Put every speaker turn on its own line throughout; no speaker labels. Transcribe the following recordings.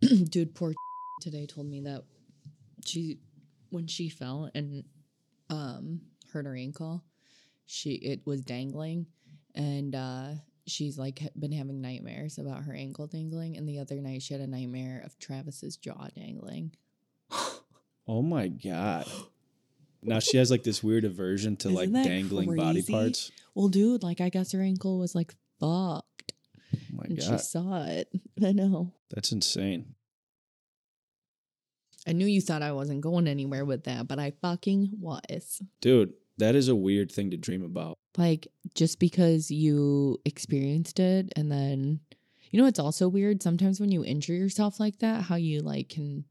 dude, poor today told me that she when she fell and um hurt her ankle, she it was dangling and uh she's like ha- been having nightmares about her ankle dangling and the other night she had a nightmare of Travis's jaw dangling.
Oh my god. Now she has like this weird aversion to
Isn't
like
that
dangling body
crazy?
parts.
Well, dude, like I guess her ankle was like fucked
Oh my
and
god.
she saw it. I know.
That's insane.
I knew you thought I wasn't going anywhere with that, but I fucking was.
Dude, that is a weird thing to dream about.
Like, just because you experienced it and then, you know, it's also weird. Sometimes when you injure yourself like that, how you like can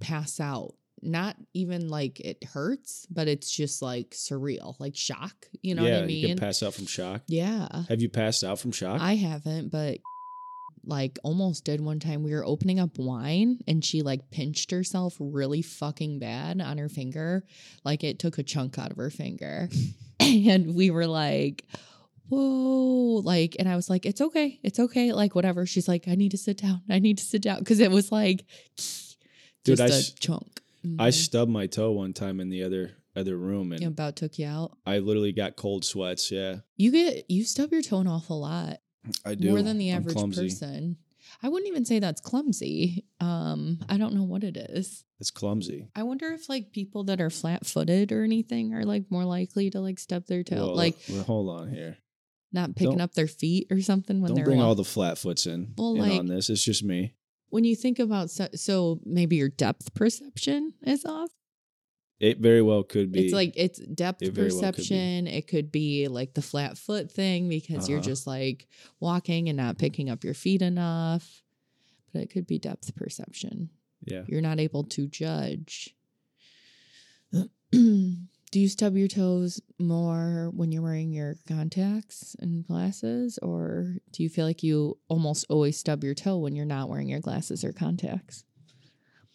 pass out. Not even like it hurts, but it's just like surreal, like shock. You know
yeah,
what I
you
mean?
can pass out from shock.
yeah.
Have you passed out from shock?
I haven't, but like almost did one time. We were opening up wine and she like pinched herself really fucking bad on her finger. Like it took a chunk out of her finger. and we were like, whoa. Like, and I was like, it's okay. It's okay. Like, whatever. She's like, I need to sit down. I need to sit down. Cause it was like, just
Dude,
a
I s-
chunk.
I
Mhm.
stubbed my toe one time in the other other room and
about took you out.
I literally got cold sweats. Yeah.
You get, you stub your toe an awful lot.
I do.
more than the
I'm
average
clumsy.
person. I wouldn't even say that's clumsy. Um, I don't know what it is.
It's clumsy.
I wonder if like people that are flat-footed or anything are like more likely to like stub their toe,
Well,
like
well, hold on here.
not picking
don't-
up their feet or something when
Don't
they're
bring
wa-
all the flat foots in,
Well,
in
like-
on this. It's just me.
when you think about so, so maybe your depth perception is off.
It very well could be.
It's like it's depth
It very well could be.
perception. It could be like the flat foot thing because you're
Uh-huh.
just like walking and not picking up your feet enough. But it could be depth perception.
yeah.
you're not able to judge. Do you stub your toes more when you're wearing your contacts and glasses, or do you feel like you almost always stub your toe when you're not wearing your glasses or contacts?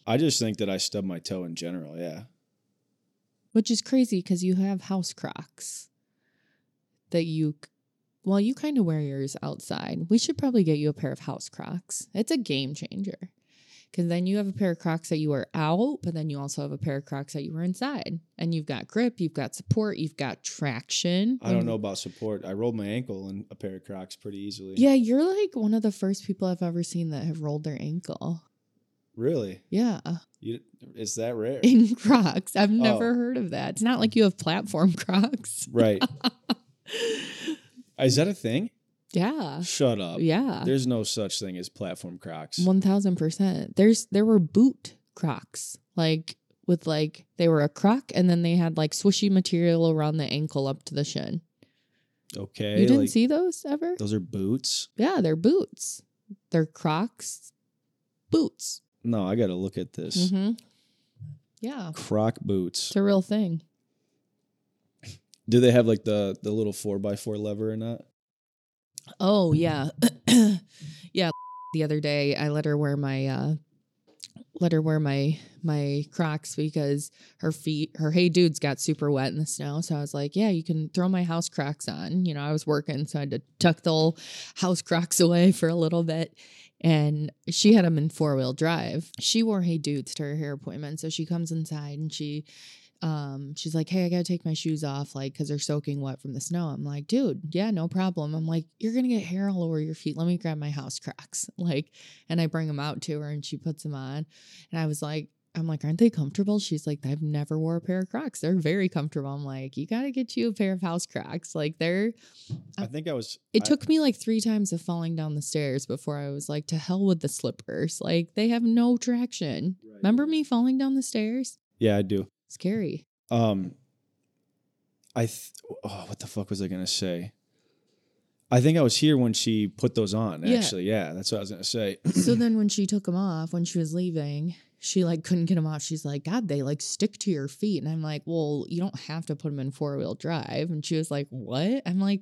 I just think that I stub my toe in general. Yeah.
Which is crazy because you have house crocs that you, c- well, you kind of wear yours outside. We should probably get you a pair of house crocs. It's a game changer because then you have a pair of crocs that you wear out, but then you also have a pair of crocs that you wear inside. And you've got grip, you've got support, you've got traction.
I don't
And-
know about support. I rolled my ankle in a pair of Crocs pretty easily.
Yeah, you're like one of the first people I've ever seen that have rolled their ankle.
Really?
Yeah,
You, it's that rare?
in crocs. I've never
Oh.
heard of that. It's not like you have platform crocs.
right. Is that a thing?
yeah.
Shut up.
Yeah.
There's no such thing as platform Crocs.
One thousand percent. There's there were boot Crocs, like with like they were a Croc, and then they had like swishy material around the ankle up to the shin.
okay.
you didn't
like,
see those ever?
Those are boots?
yeah, they're boots. They're Crocs boots.
No, I got to look at this.
hmm Yeah,
Croc boots.
it's a real thing.
Do they have like the the little four by four lever or not?
Oh yeah, yeah. The other day, I let her wear my uh, let her wear my my Crocs because her feet, her hey dudes got super wet in the snow. So I was like, yeah, you can throw my house Crocs on. You know, I was working, so I had to tuck the old house Crocs away for a little bit. And she had them in four wheel drive. She wore hey dudes to her hair appointment, so she comes inside and she um, she's like, Hey, I gotta take my shoes off, like, cause they're soaking wet from the snow. I'm like, Dude, yeah, no problem. I'm like, You're gonna get hair all over your feet. Let me grab my house cracks. Like, and I bring them out to her and she puts them on. And I was like, I'm like, aren't they comfortable? She's like, I've never wore a pair of Crocs. They're very comfortable. I'm like, you gotta get you a pair of house Crocs. Like, they're
I think I was.
it
I-
took me like three times of falling down the stairs before I was like, to hell with the slippers. Like, they have no traction.
Right.
Remember me falling down the stairs?
Yeah, I do.
Scary.
Um, I th- oh, what the fuck was I gonna say? I think I was here when she put those on.
Yeah.
Actually, yeah, that's what I was gonna say.
so then when she took them off when she was leaving she like couldn't get them off she's like god they like stick to your feet and i'm like well you don't have to put them in four-wheel drive and she was like what i'm like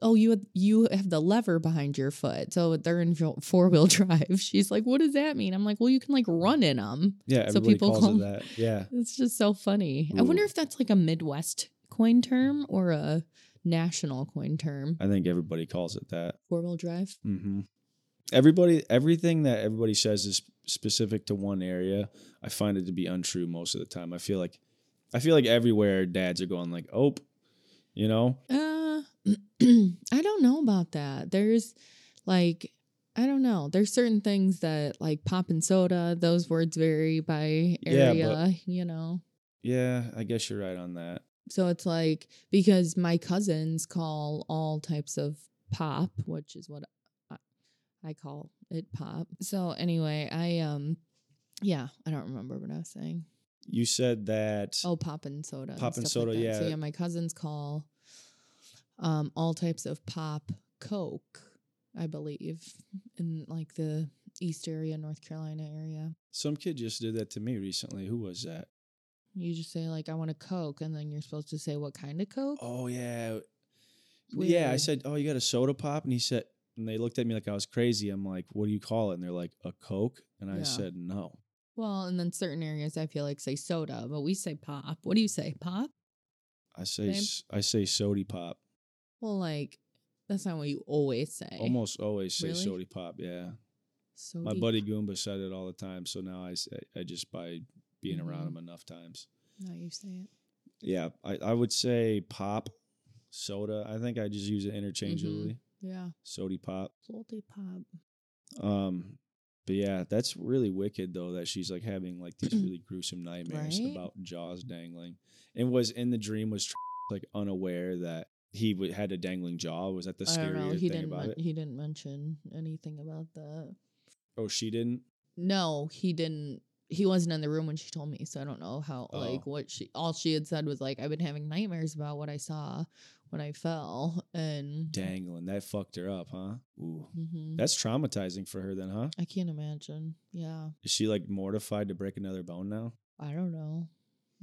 oh you have, you have the lever behind your foot so they're in fo- four-wheel drive she's like what does that mean i'm like well you can like run in them
Yeah,
So
everybody
people
calls
call-
it that. Yeah,
it's just so funny i wonder
Ooh.
if that's like a midwest coin term or a national coin term
I think everybody calls it that.
four-wheel drive
hmm Everybody, everything that everybody says is specific to one area. I find it to be untrue most of the time. I feel like, I feel like everywhere dads are going like, oh, you know,
Uh, I don't know about that. There's like, I don't know. There's certain things that like pop and soda, those words vary by
Yeah,
area,
but-
you know?
yeah, I guess you're right on that.
So it's like, because my cousins call all types of pop, which is what I, I call it pop. So anyway, I, um, yeah, I don't remember what I was saying.
You said that.
Oh, pop and soda. and
Pop and
stuff like
soda,
that. So
yeah.
yeah, my cousins call um all types of pop Coke, I believe, in like the East area, North Carolina area.
Some kid just did that to me recently. Who was that?
You just say like I want a Coke and then you're supposed to say what kind of Coke?
Oh yeah. Yeah, I
Weird.
said, "Oh, you got a soda pop?" And he said and they looked at me like I was crazy. I'm like, "What do you call it?" And they're like, "A Coke." And I
Yeah.
said, "No."
Well, and then certain areas I feel like say soda, but we say pop. What do you say? Pop?
I say
Same.
s- I say sody pop.
Well, like that's not what you always say.
Almost always say
Eh, Really?
sody pop, yeah.
Soda.
My buddy Goomba said it all the time, so now I s- I just by being around
Mhm.
him enough times.
Now you say it.
Yeah, I, I would say pop, soda. I think I just use it interchangeably.
Yeah.
Sody pop.
Salty pop.
Um, but yeah, that's really wicked though that she's like having like these really gruesome nightmares
Right?
about jaws dangling, and was in the dream was like unaware that he w- had a dangling jaw. Was that the
I don't know.
scariest
He
thing
didn't.
about
men-
it?
He didn't mention anything about that.
Oh, she didn't.
No, he didn't. He wasn't in the room when she told me, so I don't know how. Like
Oh.
what she. All she had said was like, "I've been having nightmares about what I saw when I fell." And
Dangling that fucked her up, huh? Ooh,
Mhm.
that's traumatizing for her then, huh?
I can't imagine. Yeah,
Is she like mortified to break another bone now?
I don't know.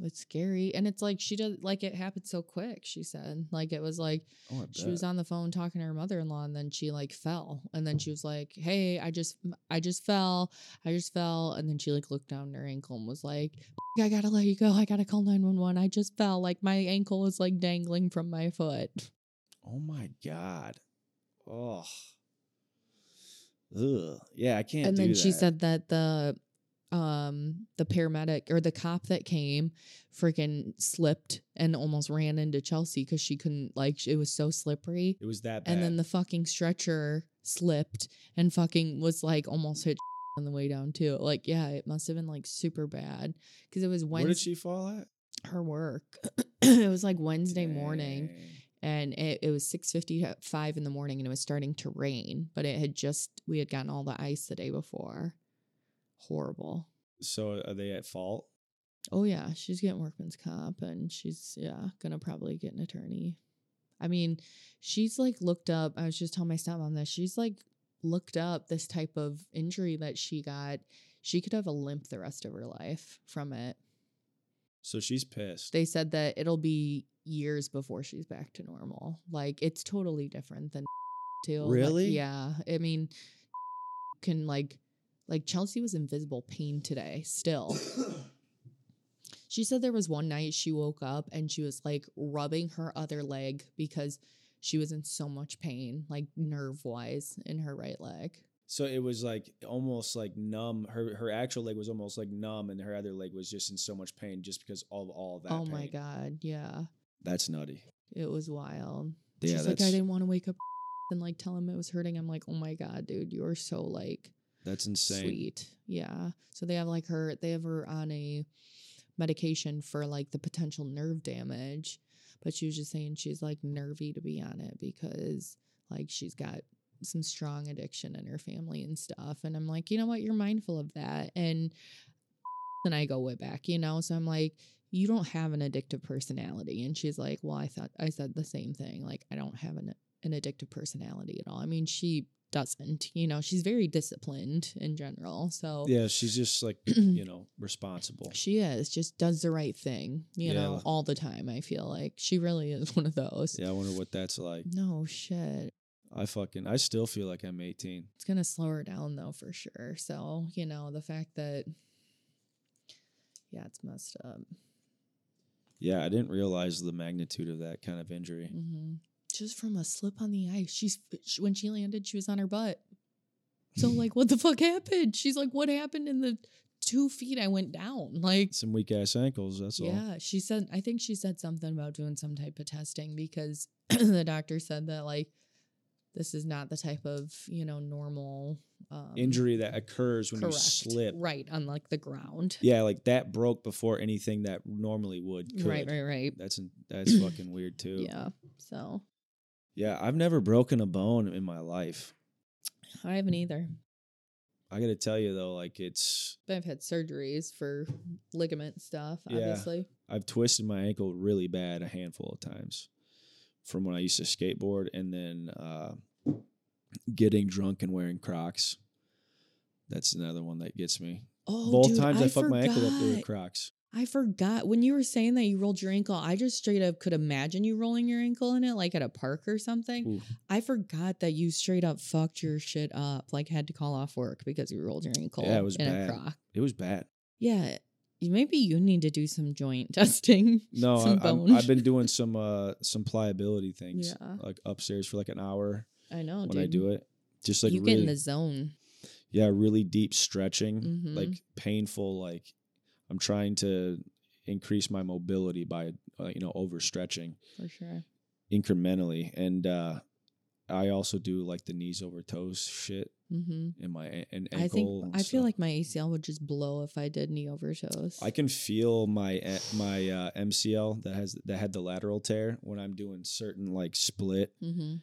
It's scary, and it's like she does. Like it happened so quick. She said, like it was like
Oh, I
she was
bet.
on the phone talking to her mother-in-law and then she like fell and then she was like hey i just i just fell i just fell and then she like looked down at her ankle and was like i gotta let you go i gotta call 911 i just fell like my ankle was like dangling from my foot
Oh my god. Oh. Ugh. Yeah, I can't.
and then
do
she
that.
said that the um the paramedic or the cop that came freaking slipped and almost ran into chelsea because she couldn't like it was so slippery
it was that bad.
and then the fucking stretcher slipped and fucking was like almost hit on the way down too. Like, yeah, it must have been like super bad because it was
Where did
Wednesday.
she fall at?
her work. it was like Wednesday morning,
Dang.
and it, it was six fifty five in the morning, and it was starting to rain. But it had just we had gotten all the ice the day before. Horrible.
So are they at fault?
Oh yeah, she's getting workman's comp and she's yeah, gonna probably get an attorney. I mean, she's like looked up. I was just telling my stepmom this. She's like looked up this type of injury that she got. She could have a limp the rest of her life from it.
So she's pissed.
They said that it'll be years before she's back to normal. Like it's totally different than too. Like,
Really?
yeah. I mean, can like like Chelsea was in visible pain today still. She said there was one night she woke up and she was like rubbing her other leg because she was in so much pain, like nerve wise, in her right leg.
so it was like almost like numb. Her her actual leg was almost like numb, and her other leg was just in so much pain just because of all that.
oh my
pain.
God. Yeah.
that's nutty.
It was wild.
Yeah,
She's
that's
like, I didn't want to wake up and like tell him it was hurting. I'm like, oh my God, dude, you're so like
that's insane.
sweet. Yeah. So they have like her, they have her on a medication for like the potential nerve damage. But she was just saying she's like nervy to be on it because like she's got some strong addiction in her family and stuff. And I'm like, you know what? You're mindful of that. And then I go way back, you know? So I'm like, you don't have an addictive personality. And she's like, well, I thought I said the same thing. Like, I don't have an, an addictive personality at all. I mean, she doesn't, you know, she's very disciplined in general. So
Yeah, she's just like you know responsible.
she is, just does the right thing, you
Yeah.
know, all the time. I feel like she really is one of those.
Yeah, I wonder what that's like.
No shit.
I fucking I still feel like I'm 18.
it's gonna slow her down though for sure. So you know the fact that yeah, it's messed up.
Yeah, I didn't realize the magnitude of that kind of injury.
Mm. Mm-hmm. hmm Just from a slip on the ice, she's she, when she landed, she was on her butt. So like, what the fuck happened? She's like, what happened in the two feet I went down? Like,
Some weak ass ankles. That's all.
yeah, she said. I think she said something about doing some type of testing because the doctor said that like, this is not the type of you know normal um,
Injury that occurs when you slip.
right on like the ground.
Yeah, like that broke before anything that normally would. Could.
Right, right, right.
That's that's fucking weird too.
Yeah. So
Yeah, I've never broken a bone in my life.
I haven't either.
I got to tell you though, like it's
But I've had surgeries for ligament stuff,
Yeah.
obviously.
I've twisted my ankle really bad a handful of times from when I used to skateboard and then uh, getting drunk and wearing Crocs. That's another one that gets me.
Oh,
Both
dude,
times I,
I
fucked my ankle up there with
forgot.
Crocs.
I forgot when you were saying that you rolled your ankle. I just straight up could imagine you rolling your ankle in it, like at a park or something.
Ooh,
I forgot that you straight up fucked your shit up, like had to call off work because you rolled your ankle
Yeah, it was
in
bad.
a croc.
it was bad.
Yeah, you- maybe you need to do some joint testing.
No,
Some
I, I'm,
bone.
I've been doing some uh, some pliability things,
Yeah.
like upstairs for like an hour
I know,
when
dude.
I do it. Just like
you
really,
get in the zone.
yeah, really deep stretching,
Mhm.
like painful. Like I'm trying to increase my mobility by uh, you know overstretching.
For sure.
incrementally and uh i also do like the knees over toes shit
Mm-hmm.
in my a- and ankle
I think
and
I feel
stuff.
like my ACL would just blow if I did knee overdose.
i can feel my a- my uh, mcl that has that had the lateral tear when i'm doing certain like split
mm-hmm.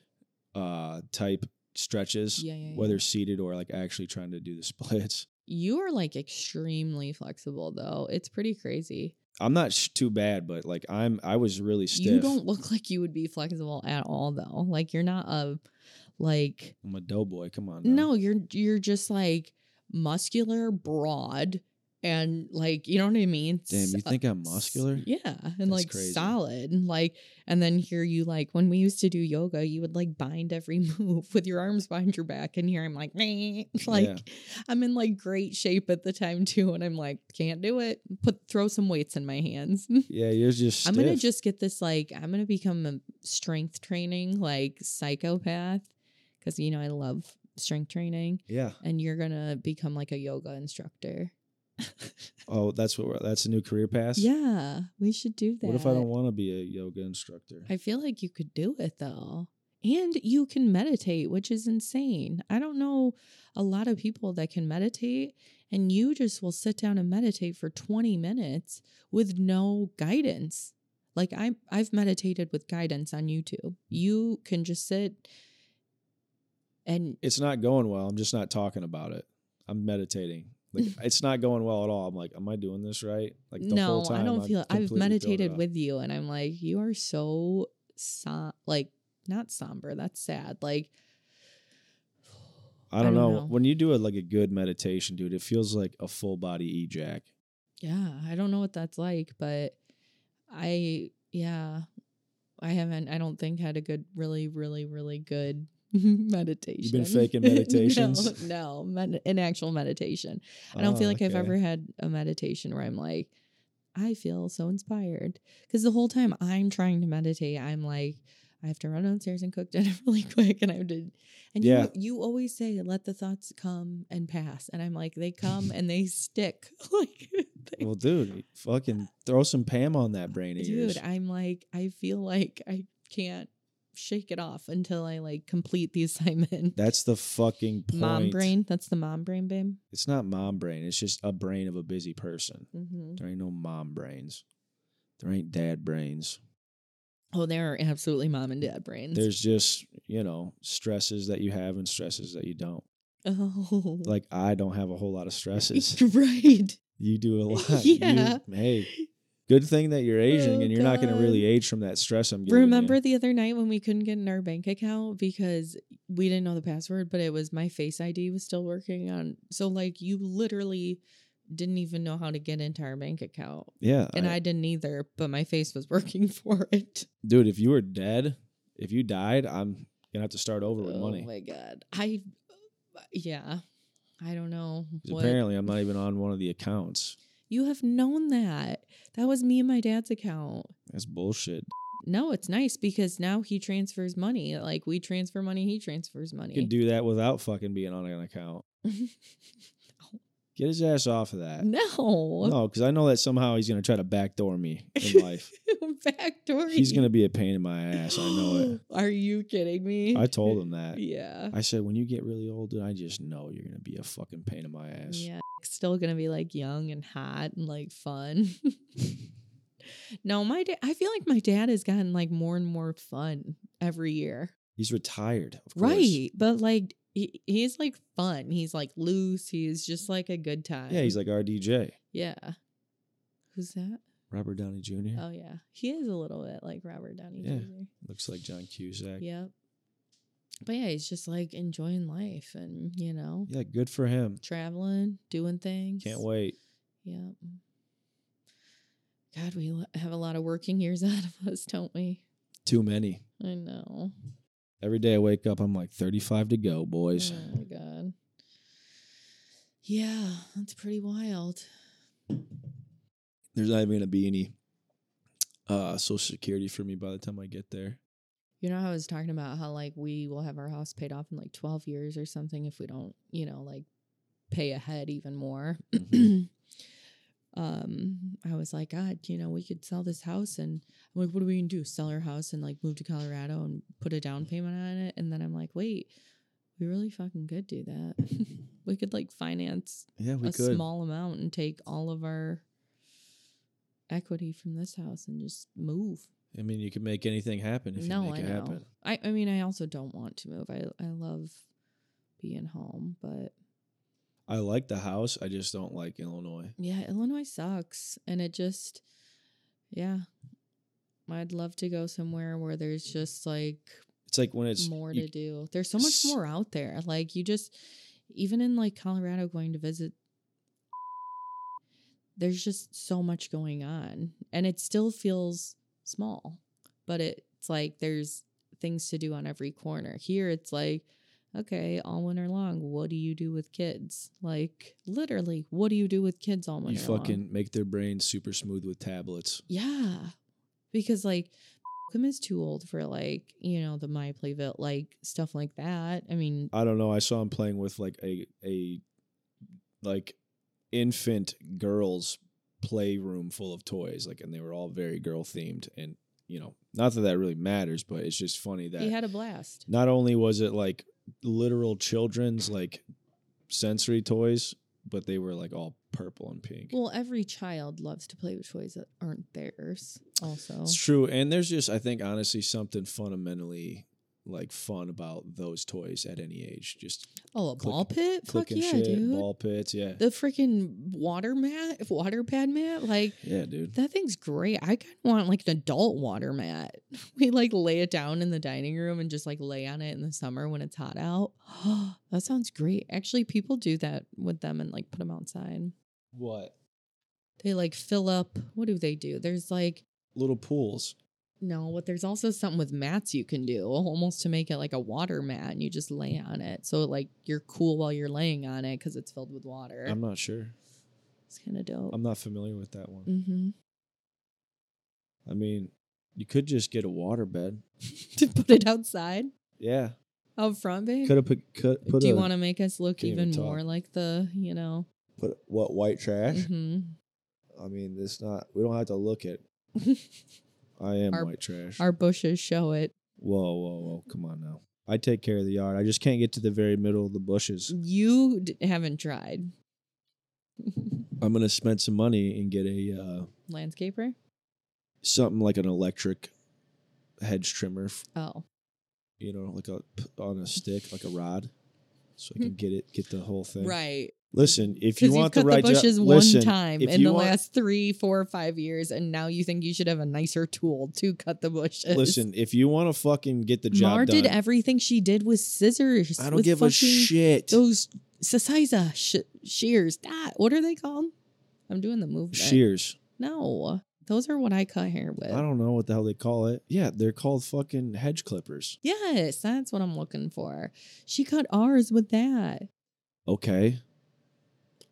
uh type stretches
Yeah, yeah, yeah.
whether seated or like actually trying to do the splits
You are like extremely flexible though. It's pretty crazy.
i'm not sh- too bad but like i'm i was really stiff
You don't look like you would be flexible at all though. Like you're not a like
i'm a doughboy come on now.
no, you're you're just like muscular, broad and like you know what I mean?
damn you
S- uh,
think i'm
s-
muscular
Yeah, and
That's
like
crazy.
solid, and like, and then here you like when we used to do yoga, you would like bind every move with your arms behind your back, and here I'm like, meh, like
Yeah.
I'm in like great shape at the time too, and I'm like, can't do it. Put throw some weights in my hands.
yeah you're just
I'm gonna
stiff.
just get this like I'm gonna become a strength training like psychopath because you know I love strength training,
yeah
and you're gonna become like a yoga instructor.
oh that's what we're, that's a new career path
Yeah, we should do that.
What if I don't want to be a yoga instructor?
I feel like you could do it though. And you can meditate, which is insane. I don't know a lot of people that can meditate, and you just will sit down and meditate for 20 minutes with no guidance. Like I I've meditated with guidance on YouTube. You can just sit and
it's not going well. I'm just not talking about it. I'm meditating. Like it's not going well at all. I'm like, am I doing this right? Like the
no,
whole time.
I don't
I'm
feel I've
completely throwing it
meditated
off.
with you and I'm like, you are so som- like not somber. That's sad. Like
I don't, know.
don't know.
When you do it like a good meditation, dude, it feels like a full body ejac.
Yeah, I don't know what that's like, but I yeah, I haven't. I don't think had a good, really, really, really good meditation.
faking
No,
meditations?
no, med- an actual meditation. I don't feel
Oh,
like I've
okay.
ever had a meditation where I'm like, I feel so inspired because the whole time I'm trying to meditate, I'm like. I have to run downstairs and cook dinner really quick, and I did. And
Yeah.
you, you always say, "Let the thoughts come and pass," and I'm like, "They come and they stick." like, they
Well, dude, fucking throw some Pam on that brain of yours.
dude i'm like i feel like i can't shake it off until i like complete the assignment
That's the fucking point.
mom brain that's the mom brain babe
It's not mom brain. It's just a brain of a busy person.
mm-hmm.
There ain't no mom brains. There ain't dad brains.
oh there are absolutely mom and dad brains
there's just you know stresses that you have and stresses that you don't
oh
like i don't have a whole lot of stresses
right
you do a lot You-
Yeah.
hey good thing that you're aging
Oh,
and you're not going to
God.
really age from that stress i'm giving
remember
you.
the other night when we couldn't get in our bank account because we didn't know the password but it was my face id was still working on so like you literally didn't even know how to get into our bank account
yeah
and I didn't either but my face was working for it
dude if you were dead if you died i'm gonna have to start over with
oh
money
my god. I yeah. I don't know.
'Cause apparently i'm not even on one of the accounts
You have known that. That was me and my dad's account.
that's bullshit
no, it's nice because now he transfers money. Like we transfer money, he transfers money.
You can do that without fucking being on an account. Get his ass off of that.
no.
No, because I know that somehow he's gonna try to backdoor me in life.
Backdoor.
he's gonna be a pain in my ass. I know
Are you kidding me?
it. I told him that.
Yeah.
I said, when you get really old, dude, I just know you're gonna be a fucking pain in my ass.
Yeah. Still gonna be like young and hot and like fun. no, my dad I feel like my dad has gotten like more and more fun every year.
He's retired, of course.
Right. But like he, he's like fun. He's like loose. He's just like a good time.
Yeah, he's like our DJ,
Yeah. Who's that?
Robert Downey Jr.
Oh yeah. He is a little bit like Robert Downey
Yeah.
Jr.
Looks like John Cusack. Yeah.
Yep. But yeah, he's just like enjoying life and you know,
good for him.
traveling, doing things.
Can't wait.
Yep. God, we lo- have a lot of working years out of us, don't we?
Too many.
I know.
Every day I wake up, I'm like 35 to go, boys.
Oh my god. Yeah, that's pretty wild.
There's not even gonna be any uh social security for me by the time I get there.
You know, how I was talking about how like we will have our house paid off in like 12 years or something if we don't, you know, like pay ahead even more.
Mhm.
um, I was like, God, you know, we could sell this house and I'm like, what are we gonna do? Sell our house and like move to Colorado and put a down payment on it? And then I'm like, wait, we really fucking could do that. we could like finance
Yeah, we
a
could.
small amount and take all of our equity from this house and just move.
I mean, you can make anything happen if you
No,
make
I
it
know.
happen.
I, I mean, I also don't want to move. I, I love being home, but
I like the house. I just don't like Illinois.
yeah, Illinois sucks. And it just, yeah, I'd love to go somewhere where there's just like
It's like when it's
more
you-
to do. There's so much
s-
more out there. Like, you just, even in like Colorado going to visit, there's just so much going on. And it still feels small, but it's like there's things to do on every corner. Here it's like, okay, all winter long, what do you do with kids? Like literally, what do you do with kids all
you
winter
fucking
long?
make their brains super smooth with tablets.
Yeah. Because like Kim is too old for like, you know, the My Playville, like stuff like that. I mean,
I don't know. I saw him playing with like a a like infant girls playroom full of toys, like, and they were all very girl themed. And you know, not that that really matters, but it's just funny that
he had a blast.
not only was it like literal children's like sensory toys, but they were like all purple and pink.
Well, every child loves to play with toys that aren't theirs, also.
It's true. And there's just, I think, honestly, something fundamentally like fun about those toys at any age. Just
Oh, a
Click-
ball pit? Fuck
clicking
yeah,
shit,
dude.
ball pits. Yeah.
The freaking water mat, water pad mat, like
yeah, dude.
that thing's great. I kind of want like an adult water mat. We like lay it down in the dining room and just like lay on it in the summer when it's hot out. that sounds great. Actually, people do that with them and like put them outside.
What?
They like fill up. What do they do? There's like
Little pools.
no, but there's also something with mats you can do almost to make it like a water mat and you just lay on it. So like you're cool while you're laying on it because it's filled with water.
I'm not sure.
it's kind of dope.
I'm not familiar with that one.
mm-hmm. Mm.
I mean, you could just get a water bed.
to put it outside
Yeah.
out front, babe.
Could have put, could put
Mm. Do you
a-
want to make us look
can't
even
even talk.
more like the, you know?
put what white trash?
mhm.
I mean, this not, we don't have to look at, I am
Our-
white trash.
Our bushes show it.
whoa, whoa, whoa. Come on now. I take care of the yard. I just can't get to the very middle of the bushes.
You d- haven't tried. Mm.
I'm gonna spend some money and get a uh,
Landscaper?
something like an electric hedge trimmer, f-
Oh,
you know, like a p- on a stick, like a rod, so I can
Mm.
get it, get the whole thing.
right.
Listen, if you
Because you've
want the
cut
right
the
jo-
bushes one
listen,
time
if
in
you
the
want-
last three, four, five years, and now you think you should have a nicer tool to cut the bushes.
Listen, if you want to fucking get the job
Mar
done,
did everything she did with scissors.
I don't
with
give a
fucking
shit.
Those sasaiza sh- shears. Ah, what are they called? I'm doing the movement.
Shears.
No, those are what I cut hair with.
I don't know what the hell they call it. Yeah, they're called fucking hedge clippers.
Yes, that's what I'm looking for. She cut ours with that.
Okay.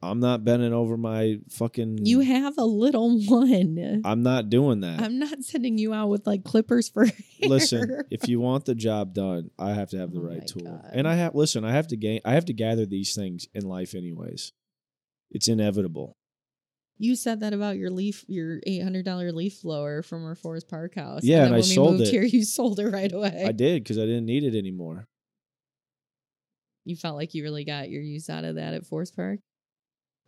I'm not bending over my fucking.
You have a little one.
I'm not doing that.
I'm not sending you out with like clippers for hair.
listen, if you want the job done, I have to have the
Oh my
right tool.
God.
And I have listen, I have to gain I have to gather these things in life anyways. It's inevitable.
You said that about your leaf, your eight hundred dollar leaf blower from our Forest Park house.
Yeah,
then
and I
when we
sold
moved
it.
here, you sold it right away.
I did because I didn't need it anymore.
You felt like you really got your use out of that at Forest Park.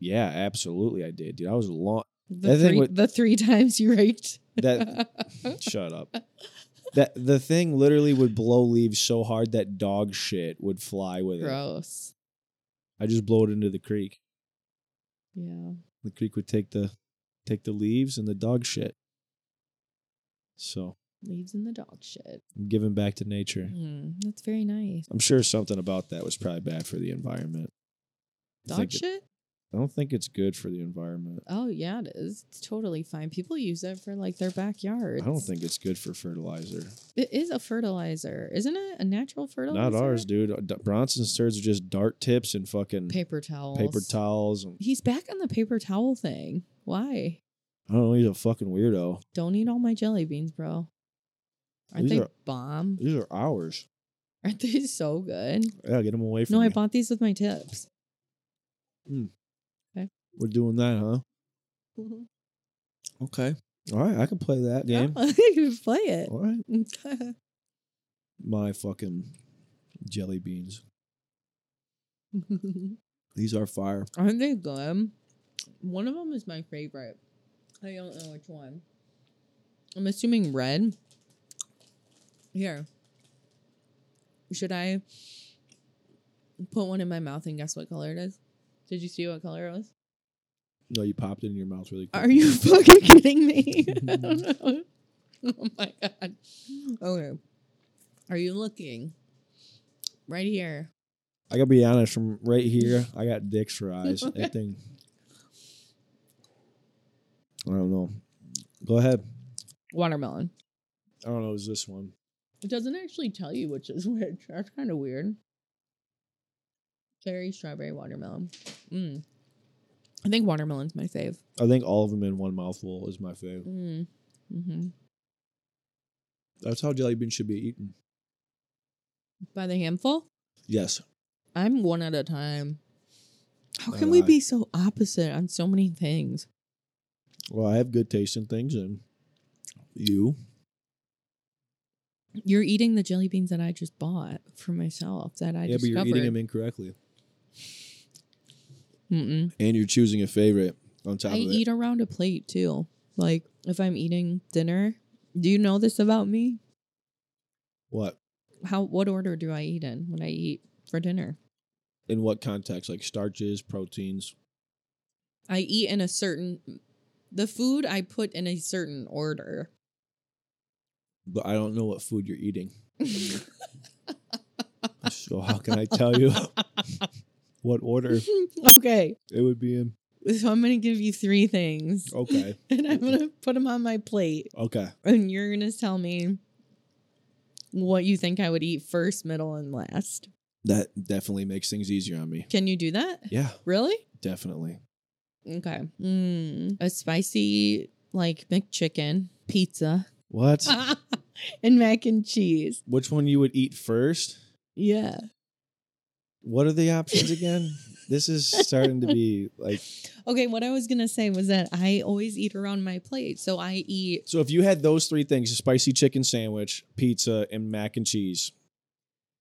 Yeah, absolutely I did. Dude, I was long
The
That thing
three,
wa-
the three times you raked.
that shut up. That the thing literally would blow leaves so hard that dog shit would fly with it.
Gross.
I just blow it into the creek.
Yeah.
The creek would take the take the leaves and the dog shit. So
Leaves in the dog shit.
I'm giving back to nature.
Mm, that's very nice.
I'm sure something about that was probably bad for the environment. I
Dog
think it-
shit?
I don't think it's good for the environment.
Oh, yeah, it is. It's totally fine. People use it for like their backyards.
I don't think it's good for fertilizer.
it is a fertilizer, isn't it? A natural fertilizer?
Not ours, dude. D- Bronson's turds are just dart tips and fucking
Paper
paper,
towels.
towels. And,
He's back on the paper towel thing. Why?
I don't know. He's a fucking weirdo.
Don't eat all my jelly beans, bro. Aren't
These
they
are-
bomb?
These are ours.
Aren't they so good?
Yeah, get him away from
No,
me.
I bought these with my tips.
We're doing that, huh? Okay. All right, I can play that game.
Oh, you play it.
All right.
Mm,
My fucking jelly beans. These are fire.
Aren't they good? One of them is my favorite. I don't know which one. I'm assuming red. Here. Should I put one in my mouth and guess what color it is? Did you see what color it was?
No, you popped it in your mouth really quick.
Are you fucking kidding me? I don't know. Oh my god. Okay. Are you looking? Right here.
I gotta be honest. From right here, I got dicks for eyes. that thing. I don't know. Go ahead.
Watermelon.
I don't know. Is this one?
It doesn't actually tell you which is which. That's kind of weird. Cherry, strawberry, watermelon. Mm. I think watermelon's my fave.
I think all of them in one mouthful is my favorite.
Mm. hmm
That's how jelly beans should be eaten.
By the handful,
Yes.
I'm one at a time. How
I
can we
lie.
be so opposite on so many things?
Well, I have good taste in things, and you.
You're eating the jelly beans that I just bought for myself that I
yeah, but you're
discovered.
eating them incorrectly,
Mm-mm.
and you're choosing a favorite on top
I
of it.
eat around a plate too. Like if I'm eating dinner, do you know this about me?
what?
How what order do I eat in when I eat for dinner?
In what context? Like starches, proteins.
I eat in a certain the food I put in a certain order.
But I don't know what food you're eating. So how can I tell you what order
okay.
it would be in?
So I'm going to give you three things.
Okay.
And I'm going to put them on my plate
Okay.
and you're going to tell me what you think I would eat first, middle and last.
That definitely makes things easier on me.
Can you do that?
Yeah,
Really?
definitely.
Okay. Mm, a spicy like McChicken, pizza,
What?
Uh-huh. and mac and cheese.
Which one you would eat first?
Yeah.
What are the options again? this is starting to be like
Okay, what I was gonna say was that I always eat around my plate. So I eat
so if you had those three things, a spicy chicken sandwich, pizza, and mac and cheese.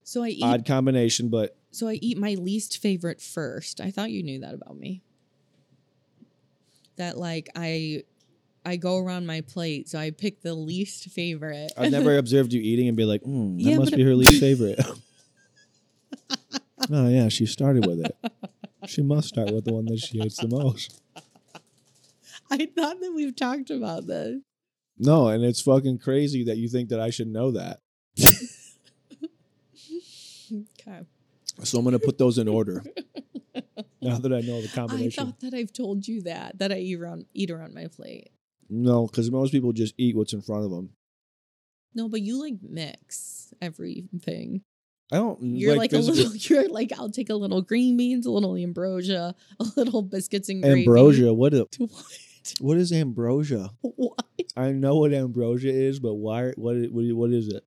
so I eat
Odd combination, but
so I eat my least favorite first. I thought you knew that about me. That like I I go around my plate, so I pick the least favorite.
I've never observed you eating and be like, mm, that
Yeah,
must
but
be
it-
her least favorite. oh yeah, she started with it. She must start with the one that she hates the most.
I thought that we've talked about this.
No, and it's fucking crazy that you think that I should know that.
Okay.
So I'm gonna put those in order. now that I know the
I
combination.
thought that I've told you that that I eat around eat around my plate.
no, because most people just eat what's in front of them.
No, but you like mix everything.
I don't.
You're like, a
Mm, there's
little. You're like, I'll take a little green beans, a little ambrosia, a little biscuits and gravy.
ambrosia. What? A,
What?
what is ambrosia?
What?
I know what ambrosia is, but why? What? i- What? i- What is it?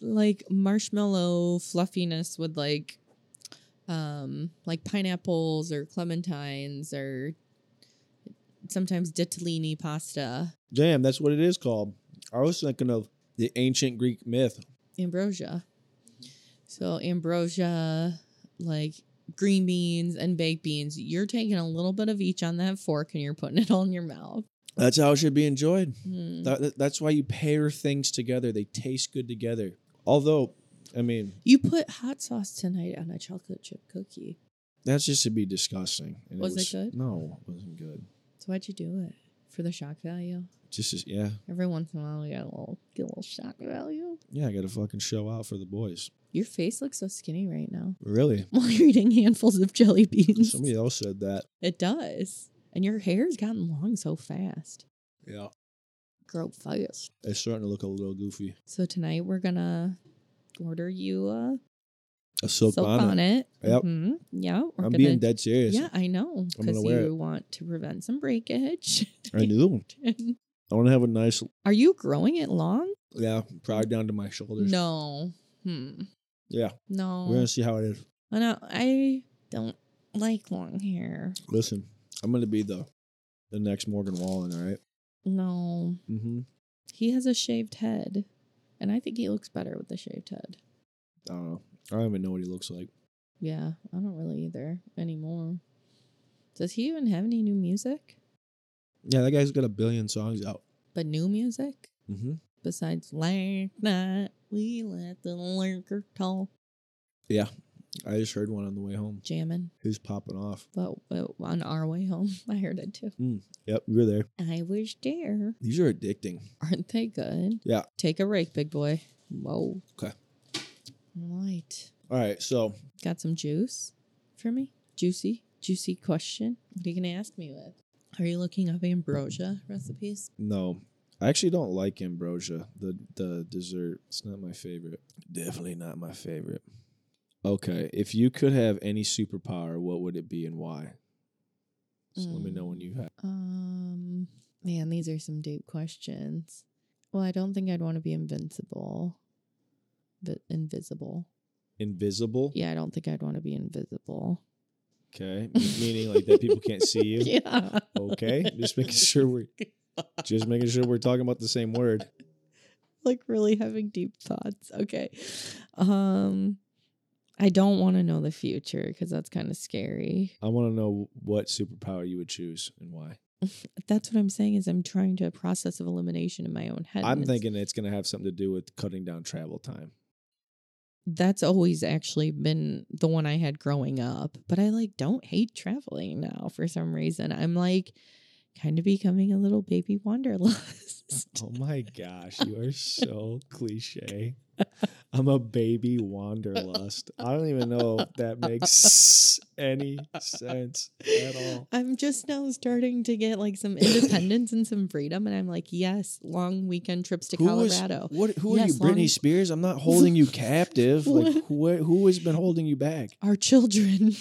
Like marshmallow fluffiness with like, um, like pineapples or clementines or sometimes ditalini pasta.
Damn, that's what it is called. I was thinking of the ancient Greek myth.
ambrosia. So ambrosia, like green beans and baked beans, you're taking a little bit of each on that fork and you're putting it all in your mouth.
That's how it should be enjoyed.
Mm.
That- that- that's why you pair things together. They taste good together. Although, I mean,
You put hot sauce tonight on a chocolate chip cookie.
that's just to be disgusting. And
Was it good?
No, it wasn't good.
So why'd you do it? For the shock value.
Just as, yeah,
Every once in a while, you got a little get a little shock value.
yeah. I got to fucking show out for the boys.
Your face looks so skinny right now.
Really?
While you're eating handfuls of jelly beans,
Somebody else said that.
it does. And your hair's gotten long so fast.
Yeah,
Grow fast.
it's starting to look a little goofy.
So tonight we're gonna order you a
A
silk,
silk, bonnet.
bonnet.
Yep.
Mhm. Yeah. We're
I'm
gonna,
being dead serious.
Yeah, I know.
I'm gonna
Because
wear
you want to prevent some breakage.
I do. I want to have a nice,
Are you growing it long?
yeah, probably down to my shoulders.
No. Hmm.
Yeah,
No.
we're gonna see how it is.
I know. I don't like long hair.
Listen, I'm gonna be the the next Morgan Wallen. All right.
No.
Mm-hmm.
He has a shaved head. And I think he looks better with the shaved head.
I don't know. I don't even know what he looks like.
Yeah, I don't really either anymore. Does he even have any new music?
Yeah, that guy's got a billion songs out.
But new music?
Mm-hmm.
Besides last night, we let the lurker call.
Yeah, I just heard one on the way home.
Jamming,
Who's popping off?
but, but on our way home, I heard it too.
Yep, you were there.
I was there.
These are addicting.
Aren't they good?
Yeah.
Take a rake, big boy. Whoa.
'Kay.
Right.
All right, so
Got some juice for me? Juicy, juicy question. What are you going to ask me with? Are you looking up ambrosia recipes?
no, I actually don't like ambrosia, the the dessert. It's not my favorite. Definitely not my favorite. Okay, if you could have any superpower, what would it be and why? Just let me know when you have.
Um, man, these are some deep questions. Well, I don't think I'd want to be invincible, but invisible.
Invisible.
Yeah, I don't think I'd want to be invisible.
Okay, m- meaning like that people can't see you.
Yeah.
Okay, just making sure we're just making sure we're talking about the same word.
like really having deep thoughts. Okay. Um, I don't want to know the future because that's kind of scary.
I want to know what superpower you would choose and why.
That's what I'm saying is I'm trying to process of elimination in my own head. and
I'm
it's-
thinking it's going to have something to do with cutting down travel time.
that's always actually been the one I had growing up. But I like don't hate traveling now for some reason. I'm like kind of becoming a little baby wanderlust.
Oh my gosh, you are so cliche. I'm a baby wanderlust. I don't even know if that makes any sense at all.
I'm just now starting to get like some independence and some freedom. And I'm like, yes, long weekend trips to Colorado.
what, who
Yes,
are you, Britney
long-
Spears? I'm not holding you captive. Like
What?
who? Who has been holding you back?
Our children.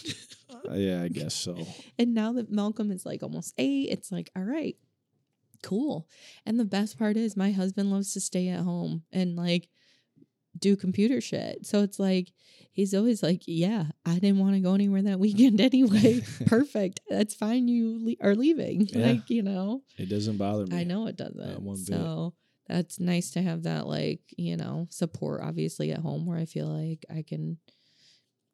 Uh, yeah, I guess so.
and now that Malcolm is like almost eight, it's like, all right, cool. And the best part is my husband loves to stay at home and like do computer shit. So it's like he's always like, yeah, I didn't want to go anywhere that weekend anyway. Perfect. That's fine. You le- are leaving.
Yeah.
Like, you know,
It doesn't bother me.
I know it doesn't.
Not one bit.
so that's nice to have that, like, you know, support obviously at home where I feel like I can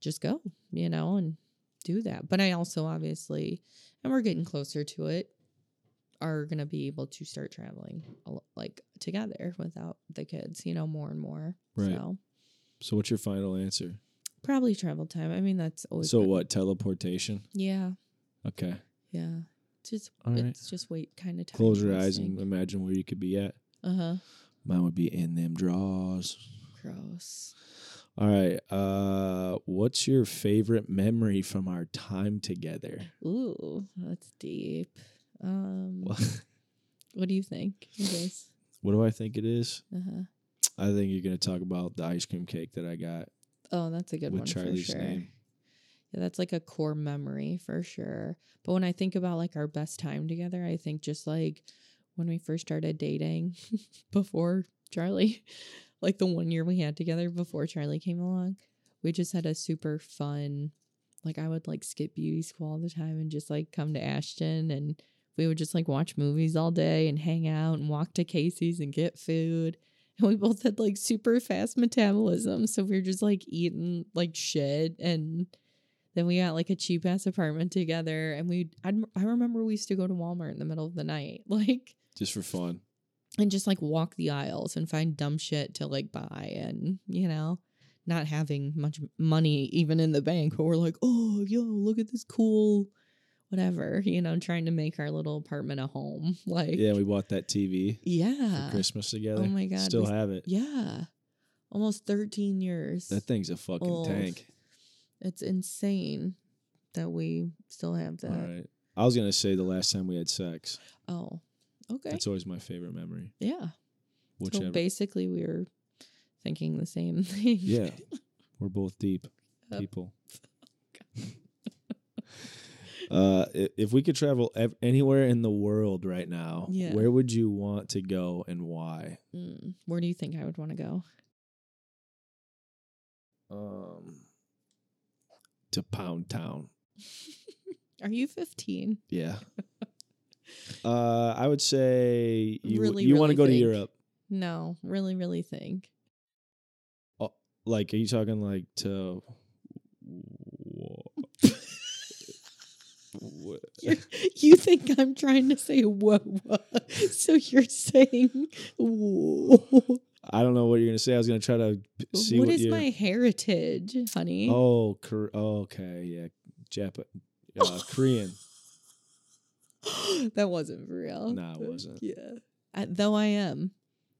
just go, you know, and do that. But I also obviously, and we're getting closer to it, are going to be able to start traveling a lo- like together without the kids, you know, more and more.
Right.
So
So, what's your final answer?
probably travel time. I mean, that's always.
So,
been-
what teleportation?
Yeah.
Okay,
Yeah. Just,
All right.
it's just wait kind of time.
close your eyes and imagine where you could be at.
Uh huh.
Mine would be in them draws.
Gross.
All right. Uh, what's your favorite memory from our time together?
Ooh, that's deep. Um,
What,
what do you think? You guys?
what do I think it is?
Uh-huh.
I think you're gonna talk about the ice cream cake that I got
Oh, that's a good
with
one
Charlie's
for sure.
name.
Yeah, that's like a core memory for sure. But when I think about like our best time together, I think just like when we first started dating before Charlie, like the one year we had together before Charlie came along, we just had a super fun like I would like skip beauty school all the time and just like come to Ashton and we would just like watch movies all day and hang out and walk to Casey's and get food. And we both had like super fast metabolism. So we were just like eating like shit and then we got like a cheap ass apartment together and we I'd, i remember we used to go to walmart in the middle of the night like
Just for fun.
and just like walk the aisles and find dumb shit to like buy and you know not having much money even in the bank but we're like oh yo look at this cool whatever you know trying to make our little apartment a home like
Yeah, we bought that TV
yeah
for Christmas together.
Uh, oh my God,
Still
we-
have it.
yeah almost 13 years
That thing's a fucking
old.
tank.
it's insane that we still have that
All right. I was gonna say the last time we had sex.
oh okay
That's always my favorite memory.
yeah So
Whichever.
basically, we were thinking the same thing.
yeah. We're both deep
Yep.
people. uh, i- if we could travel ev- anywhere in the world right now,
Yeah.
where would you want to go and why?
Mm, where do you think I would want to go?
Um, to Pound Town.
Are you 15?
Yeah. uh, I would say you
Really,
you want
really
to go to
think.
Europe.
No, really, really think.
Like, are you talking like to? Wha- wha-
You're, you think I'm trying to say whoa, whoa. So you're saying whoa.
I don't know what you're gonna say. I was gonna try to p- see what,
what is
you're-
my heritage, honey?
Oh, Kor- oh, okay, yeah, Japan, uh, Korean.
that wasn't for real.
Nah, it wasn't.
Yeah. I, though I am,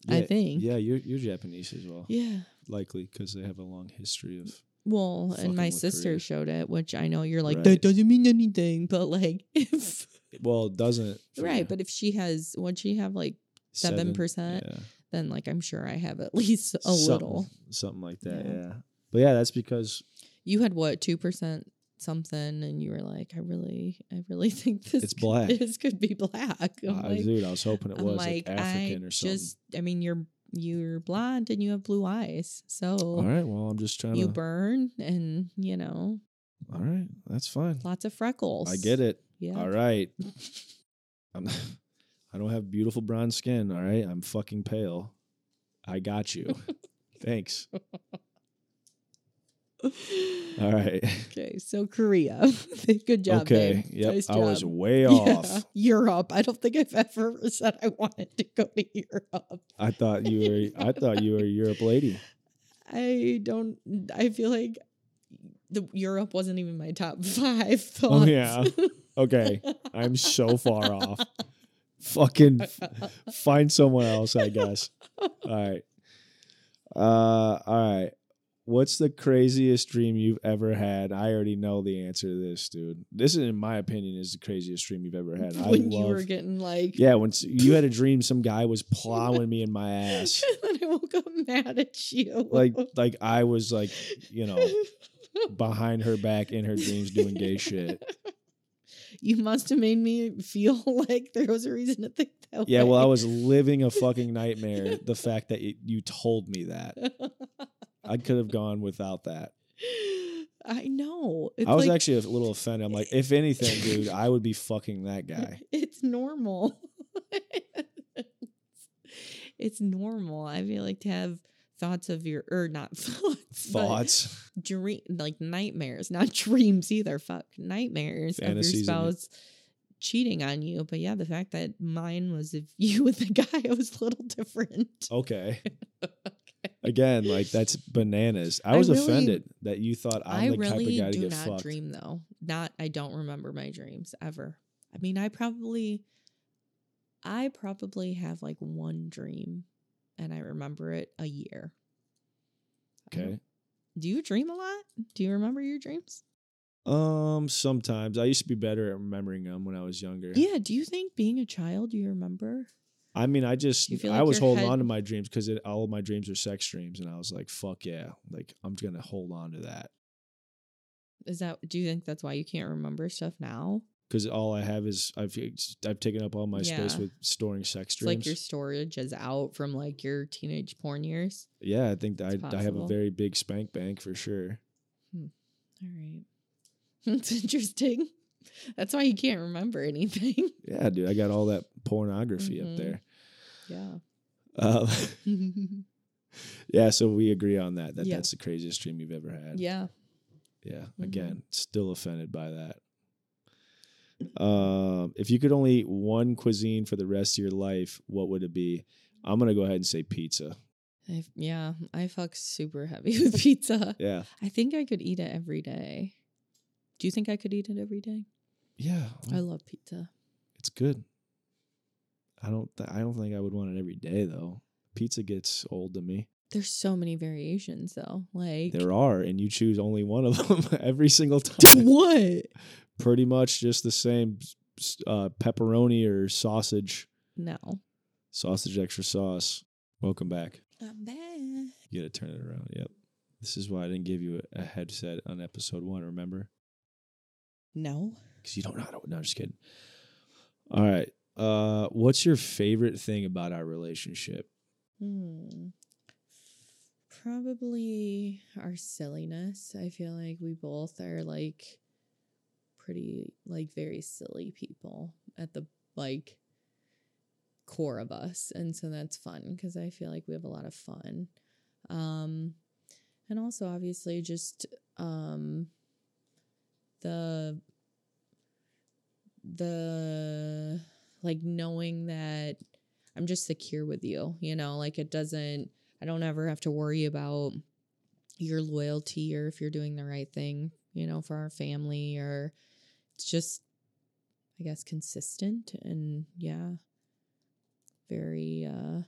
I
Yeah,
think.
Yeah, you're you're Japanese as well,
Yeah.
likely because they have a long history of.
Well,
Fucking
and my
with
sister
Korea.
showed it, which I know you're like,
Right.
that doesn't mean anything. But like, if
Well, it doesn't for
Right,
you.
but if she has, would she have like
Seven-
7%,
yeah.
then like I'm sure I have at least a
Something-
little.
something like that. Yeah.
Yeah.
but yeah, that's because
You had what two percent something, and you were like, I really, I really think this
It's
could-
black.
This could be black. I'm
I,
like,
dude, I was hoping it
I'm
was like,
like,
African
I
or something.
just, I mean, you're you're blonde and you have blue eyes,
all
so
right, well, I'm just trying
you
to.
burn, and you know,
all right, that's fine.
lots of freckles.
I get it.
Yeah.
All right, I'm. I don't have beautiful bronze skin. All right, I'm fucking pale. I got you. Thanks. All right.
Okay, so Korea. Good job.
okay.
babe.
Yep.
Nice
I was
job.
way
Yeah,
off.
Europe. I don't think I've ever said I wanted to go to Europe.
I thought you were. I thought you were a Europe lady.
I don't. I feel like the Europe wasn't even my top five.
Oh
Thoughts.
yeah. Okay. I'm so far off. Fucking f- find someone else, I guess. All right. Uh, all right. What's the craziest dream you've ever had? I already know the answer to this, dude. This, in my opinion, is the craziest dream you've ever had. I
when
love.
you were getting like,
yeah, when s- you had a dream, some guy was plowing me in my ass.
and I woke up mad at you.
Like, like I was like, you know, behind her back in her dreams doing gay shit.
You must have made me feel like there was a reason to think that.
Yeah,
way.
well, I was living a fucking nightmare. the fact that it, you told me that I could have gone without that.
I know. It's
I was
like-
actually a little offended. I'm like, if anything, dude, I would be fucking that guy.
It's normal. it's normal. I feel like to have thoughts of your or not thoughts, but
Thoughts,
dream like nightmares, not dreams either. Fuck nightmares
Fantasies
of
and-
your spouse cheating on you. But yeah, the fact that mine was if you with the guy, it was a little different.
okay. Again, like that's bananas. I
I
was
really-
offended that you thought I'm
I
the
really
type of guy to
do
get
not
fucked.
dream though. Not I don't remember my dreams ever. I mean, I probably I probably have like one dream and I remember it a year. I don't-
Okay.
Do you dream a lot? Do you remember your dreams?
Um, sometimes I used to be better at remembering them when I was younger.
Yeah, do you think being a child you remember?
I mean, I just
You feel
I
like
was
your
holding
head-
on to my dreams because all of my dreams are sex dreams, and I was like, "Fuck yeah!" Like I'm gonna hold on to that
Is that do you think that's why you can't remember stuff now?
because all I have is I've I've taken up all my space
Yeah.
with storing sex
It's like
dreams.
your storage is out from like your teenage porn years.
yeah, I think
It's
that I, I have a
possible.
very big spank bank for sure.
All right. That's interesting. That's why you can't remember anything.
Yeah, dude, I got all that pornography
Mhm.
up there.
Yeah.
Um, yeah, so we agree on that. That
Yeah.
that's the craziest dream you've ever had.
yeah.
Yeah.
Mhm.
Again, still offended by that. Um, if you could only eat one cuisine for the rest of your life, what would it be? I'm gonna go ahead and say pizza.
I, yeah. I fuck super heavy with pizza.
Yeah.
I think I could eat it every day. Do you think I could eat it every day?
Yeah.
I love pizza.
It's good. I don't th- I don't think I would want it every day though. Pizza gets old to me.
There's so many variations though. Like
There are, and you choose only one of them every single
to
time.
what?
Pretty much just the same s- uh, pepperoni or sausage,
No.
sausage extra sauce. Welcome back.
I'm bad.
You gotta turn it around. Yep. This is why I didn't give you a a headset on episode one, remember?
No.
Because you don't know how to. No, I'm just kidding. All right. Uh, what's your favorite thing about our relationship?
Hmm. Probably our silliness. I feel like we both are like pretty like very silly people at the like core of us. And so that's fun cuz I feel like we have a lot of fun. Um and also obviously just um the the like knowing that I'm just secure with you. You know, like it doesn't, I don't ever have to worry about your loyalty or if you're doing the right thing, you know, for our family or it's just, I guess, consistent and yeah, very, uh,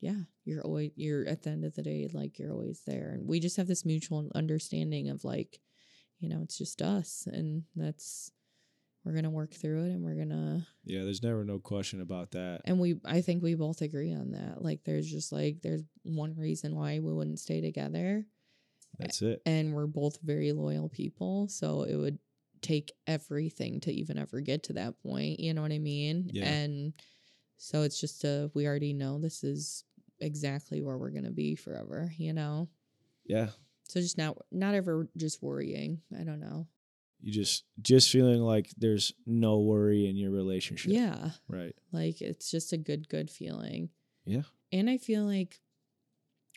yeah, you're always, you're at the end of the day, like you're always there. And we just have this mutual understanding of like, you know, it's just us and that's, we're going to work through it and we're going to,
Yeah, there's never no question about that.
and we i think we both agree on that like there's just like there's one reason why we wouldn't stay together
That's it.
and we're both very loyal people so it would take everything to even ever get to that point you know what i mean
Yeah.
and so it's just a we already know this is exactly where we're going to be forever you know
Yeah.
so just not not ever just worrying i don't know
You just just feeling like there's no worry in your relationship.
yeah
Right.
Like it's just a good, good feeling.
Yeah.
And I feel like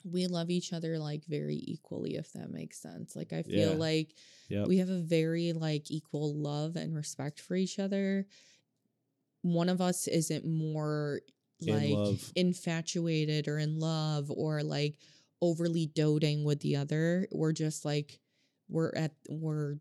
we love each other like very equally, if that makes sense. Like I feel
Yeah.
like
Yep.
we have a very like equal love and respect for each other. One of us isn't more
In
like
love.
infatuated or in love or like overly doting with the other. We're just like we're at we're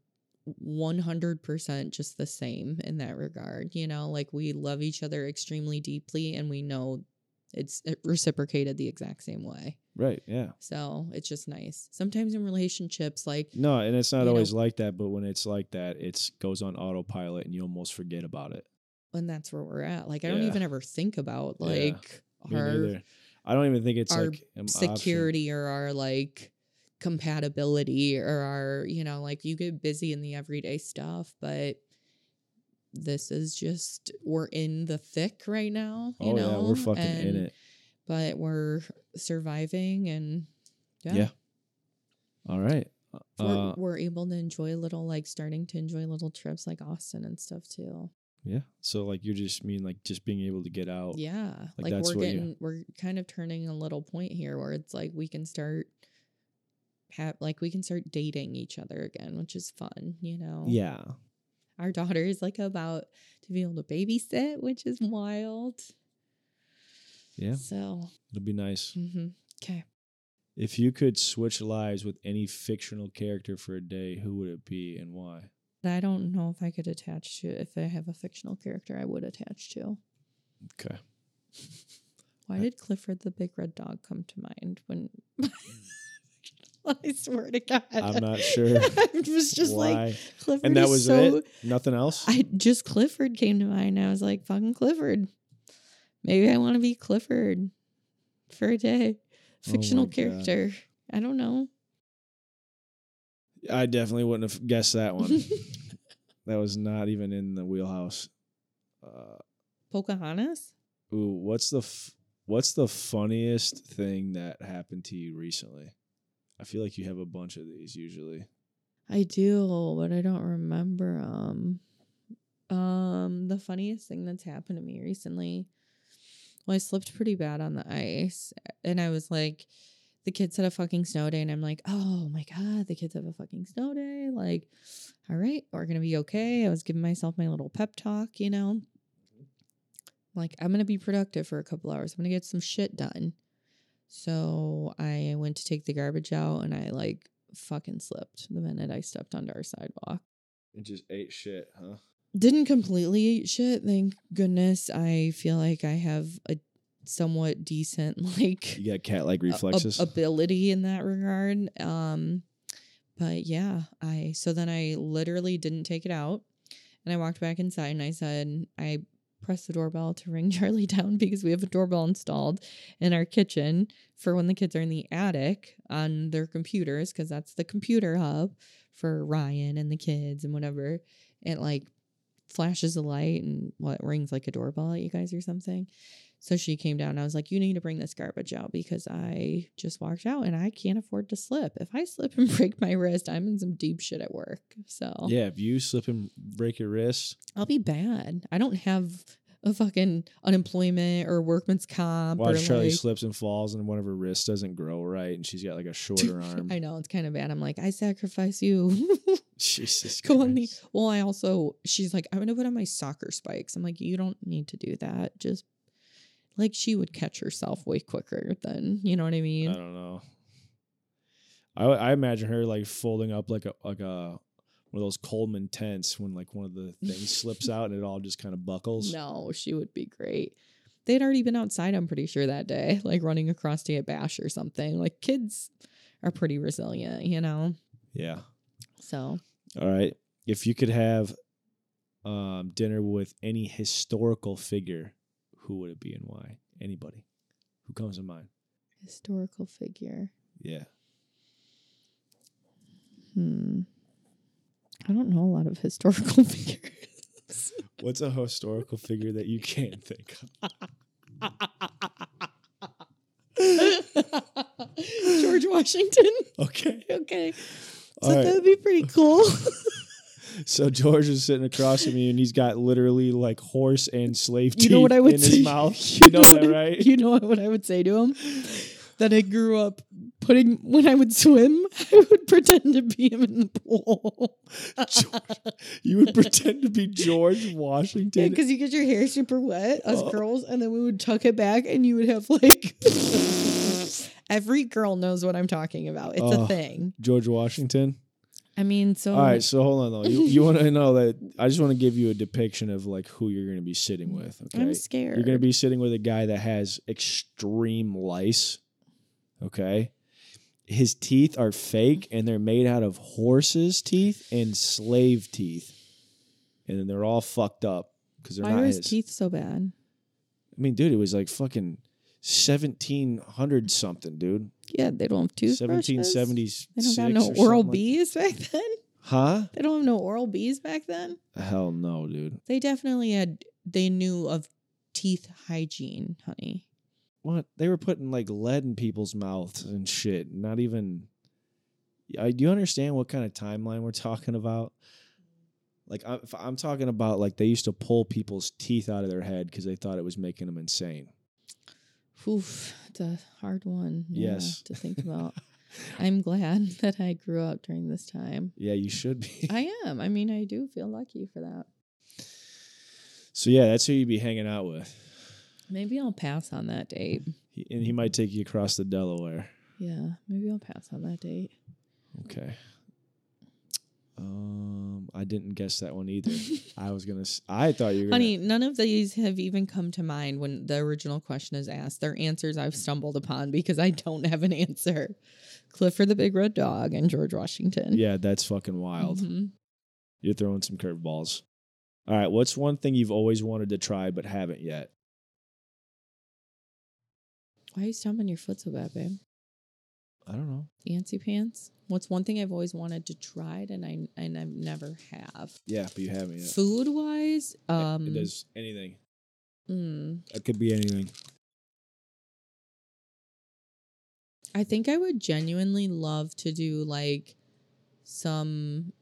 100% just the same in that regard. You know, like we love each other extremely deeply and we know it's reciprocated the exact same way.
right. Yeah.
So it's just nice. Sometimes in relationships, like,
No, and it's
You
not
know-
always like that, but when it's like that, it's goes on autopilot and you almost forget about it.
and that's where we're at. Like, I don't
Yeah.
even ever think about
Yeah.
like
Me
our
neither. I don't even think it's
our
like an option.
security or our like compatibility or our, you know, like you get busy in the everyday stuff, but this is just we're in the thick right now. You
Oh
know?
yeah, we're fucking in
and-
it.
But we're surviving and yeah.
Yeah. All right.
We're,
Uh,
we're able to enjoy little like starting to enjoy little trips like Austin and stuff too.
yeah. So like you just mean like just being able to get out.
Yeah.
Oh,
Like,
Like, that's
we're
what you-
getting we're kind of turning a little point here where it's like we can start have like we can start dating each other again, which is fun, you know.
Yeah.
Our daughter is like about to be able to babysit, which is wild.
Yeah.
So mm-hmm,
It'll be nice.
okay.
If you could switch lives with any fictional character for a day, who would it be and why?
I don't know if I could attach to if I have a fictional character I would attach to.
Okay.
Why
I-
did Clifford the Big Red Dog come to mind when I swear to God.
I'm not sure
I was just like
why.
Clifford
and that
is
was
so
it. Nothing else.
I just Clifford came to mind. I was like, fucking Clifford. Maybe I want to be Clifford for a day.
Oh my
Fictional
God.
character. I don't know.
I definitely wouldn't have guessed that one. that was not even in the wheelhouse. Uh,
Pocahontas?
ooh, what's the f- what's the funniest thing that happened to you recently? I feel like you have a bunch of these usually.
I do, but I don't remember um um the funniest thing that's happened to me recently. Well, I slipped pretty bad on the ice and I was like the kids had a fucking snow day and I'm like, "Oh my god, the kids have a fucking snow day." Like, "All right, we're going to be okay." I was giving myself my little pep talk, you know. Like, I'm going to be productive for a couple hours. I'm going to get some shit done. So, I went to take the garbage out and I like fucking slipped the minute I stepped onto our sidewalk.
It just ate shit, huh?
Didn't completely eat shit, thank goodness. I feel like I have a somewhat decent like
You got cat like
a- ab-
reflexes.
ability in that regard. Um, but yeah, I so then I literally didn't take it out, and I walked back inside and I said I pressed the doorbell to ring Charlie down because we have a doorbell installed in our kitchen for when the kids are in the attic on their computers because that's the computer hub for Ryan and the kids and whatever. It like flashes a light and what rings like a doorbell at you guys or something. So she came down. And I was like, "You need to bring this garbage out because I just walked out and I can't afford to slip. If I slip and break my wrist, I'm in some deep shit at work. So
yeah, if you slip and break your wrist,
I'll be bad. I don't have a fucking unemployment or workman's comp or
watch Charlie
like,
slips and falls, and one of her wrists doesn't grow right, and she's got like a shorter arm.
I know it's kind of bad. I'm like, I sacrifice you.
Jesus,
Go on the-
Christ.
well, I also she's like, I'm gonna put on my soccer spikes. I'm like, you don't need to do that. Just like she would catch herself way quicker than you know what I mean.
I don't know. I I imagine her like folding up like a like a one of those Coleman tents when like one of the things slips out and it all just kind of buckles.
No, she would be great. They'd already been outside, I'm pretty sure, that day, like running across to get bash or something. Like kids are pretty resilient, you know?
Yeah.
So
All right. If you could have um, dinner with any historical figure, who would it be and why? Anybody who comes to mind?
historical figure.
Yeah.
Hmm. I don't know a lot of historical figures.
What's a historical figure that you can't think of?
George Washington.
Okay.
Okay. So
All right.
that would be pretty cool.
So George is sitting across from you, and he's got literally like horse and slave teeth
You know what I would
in
say?
his mouth. You know
what
that,
I-
right?
You know what I would say to him? That I grew up putting when I would swim, I would pretend to be him in the pool.
You would pretend to be George Washington.
because you get your hair super wet, us
Oh.
girls, and then we would tuck it back, and you would have like every girl knows what I'm talking about. It's
Oh.
a thing.
George Washington.
I mean, so
All right, so hold on though. You, you want to know that? I just want to give you a depiction of like who you're going to be sitting with. Okay,
I'm scared.
you're going to be sitting with a guy that has extreme lice. Okay, his teeth are fake and they're made out of horses' teeth and slave teeth, and then they're all fucked up because they're
Why
not
are
his.
his teeth so bad?
I mean, dude, it was like fucking seventeen hundred something, dude.
Yeah, they don't have toothbrushes.
Seventeen seventies.
They don't got no oral Bs back then.
Huh?
They don't have no oral Bs back then.
Hell no, dude.
They definitely had. They knew of teeth hygiene, honey.
What they were putting like lead in people's mouths and shit. Not even. I do you understand what kind of timeline we're talking about. Like I, if I'm talking about like they used to pull people's teeth out of their head because they thought it was making them insane.
Oof, it's a hard one. yeah,
Yes.
to think about. I'm glad that I grew up during this time.
Yeah, you should be.
I am. I mean, I do feel lucky for that.
so yeah, that's who you'd be hanging out with,
Maybe I'll pass on that date.
he, and he might take you across the Delaware.
Yeah, maybe I'll pass on that date.
Okay. Um, I didn't guess that one either. I was gonna. s- I thought you were.
Honey, none of these have even come to mind when the original question is asked. They're answers I've stumbled upon because I don't have an answer. Clifford the Big Red Dog and George Washington.
Gonna, yeah, that's fucking wild.
Mhm.
You're throwing some curveballs. All right, what's one thing you've always wanted to try but haven't yet?
Why are you stomping your foot so bad, babe?
I don't know.
Fancy pants. What's one thing I've always wanted to try it and I and I've never have.
Yeah, but you haven't yet.
Food wise, um,
it is anything.
mm,
It could be anything.
I think I would genuinely love to do like some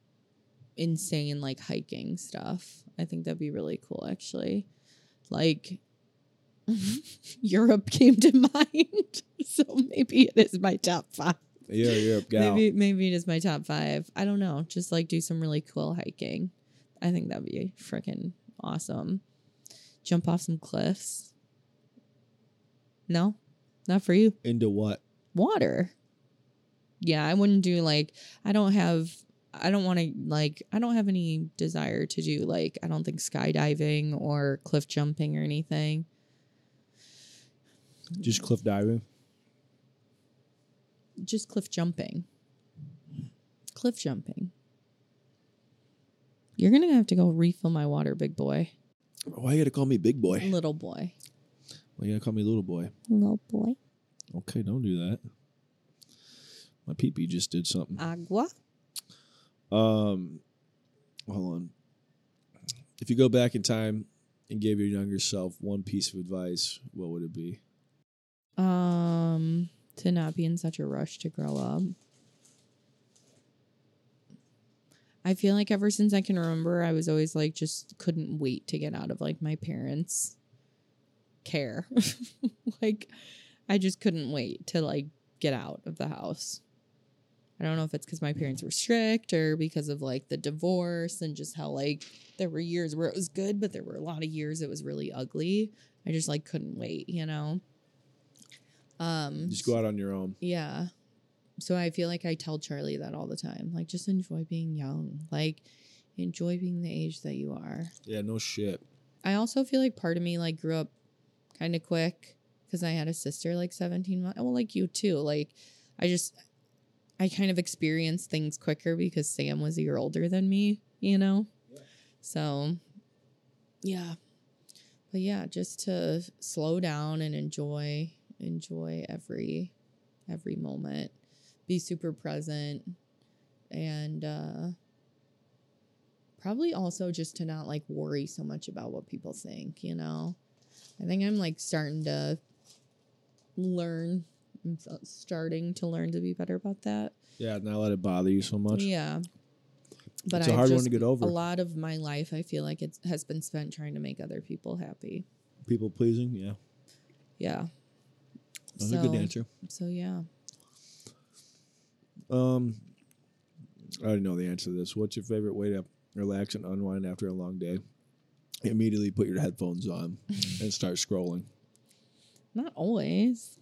insane like hiking stuff. I think that'd be really cool actually. Like Europe came to mind. So maybe it is my top five.
Yeah, you're a gal.
Maybe maybe it is my top five. I don't know. Just like do some really cool hiking. I think that'd be freaking awesome. Jump off some cliffs. No, not for you
Into what?
water. Yeah, I wouldn't do like I don't have I don't want to like I don't have any desire to do like I don't think skydiving or cliff jumping or anything.
Just cliff diving.
Just cliff jumping. Cliff jumping. You're going to have to go refill my water, big boy.
Why you gotta call me big boy?
Little boy.
Why you gotta call me little boy?
Little boy.
Okay, don't do that. My pee pee just did something.
Agua.
Um, hold on. If you go back in time and gave your younger self one piece of advice, what would it be?
Um to not be in such a rush to grow up. I feel like ever since I can remember, I was always like just couldn't wait to get out of like my parents' care. like I just couldn't wait to like get out of the house. I don't know if it's because my parents were strict or because of like the divorce and just how like there were years where it was good, but there were a lot of years it was really ugly. I just like couldn't wait, you know. Um
Just go out on your own.
yeah. So I feel like I tell Charlie that all the time. Like, just enjoy being young. Like, enjoy being the age that you are.
Yeah, no shit.
I also feel like part of me, like, grew up kind of quick because I had a sister, like, 17 months. Well, like you too. Like, I just, I kind of experienced things quicker because Sam was a year older than me, you know? So, yeah. But yeah, just to slow down and enjoy, enjoy every every moment be super present and uh probably also just to not like worry so much about what people think you know i think i'm like starting to learn I'm s- uh, starting to learn to be better about that
Yeah, not let it bother you so much.
yeah but
it's a
I've
hard one
just-
to get
a
over.
lot of my life i feel like it has been spent trying to make other people happy
People pleasing. Yeah,
yeah
that's a good answer.
so yeah
Um, I already know the answer to this. What's your favorite way to relax and unwind after a long day? Immediately put your headphones on and start scrolling,
not always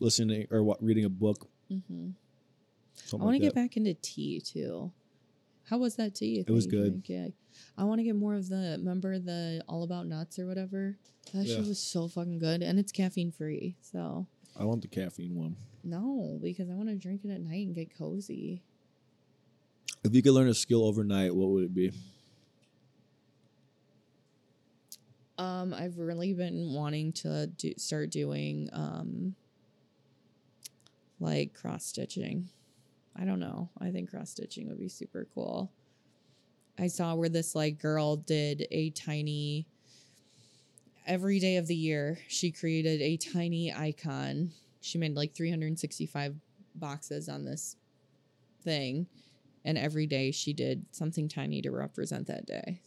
listening or what, reading a book.
hmm
Something
I want
like
to get
that.
back into tea too. How was that tea?
It was
that you
good.
drank? Yeah. I want to get more of the remember the all about nuts or whatever. That
Yeah.
shit was so fucking good, and it's caffeine free. So
I want the caffeine one.
no, because I want to drink it at night and get cozy.
If you could learn a skill overnight, what would it be?
Um, I've really been wanting to do, start doing um, like cross stitching. I don't know. I think cross stitching would be super cool. I saw where this like girl did a tiny every day of the year. She created a tiny icon. She made like 365 boxes on this thing, and every day she did something tiny to represent that day.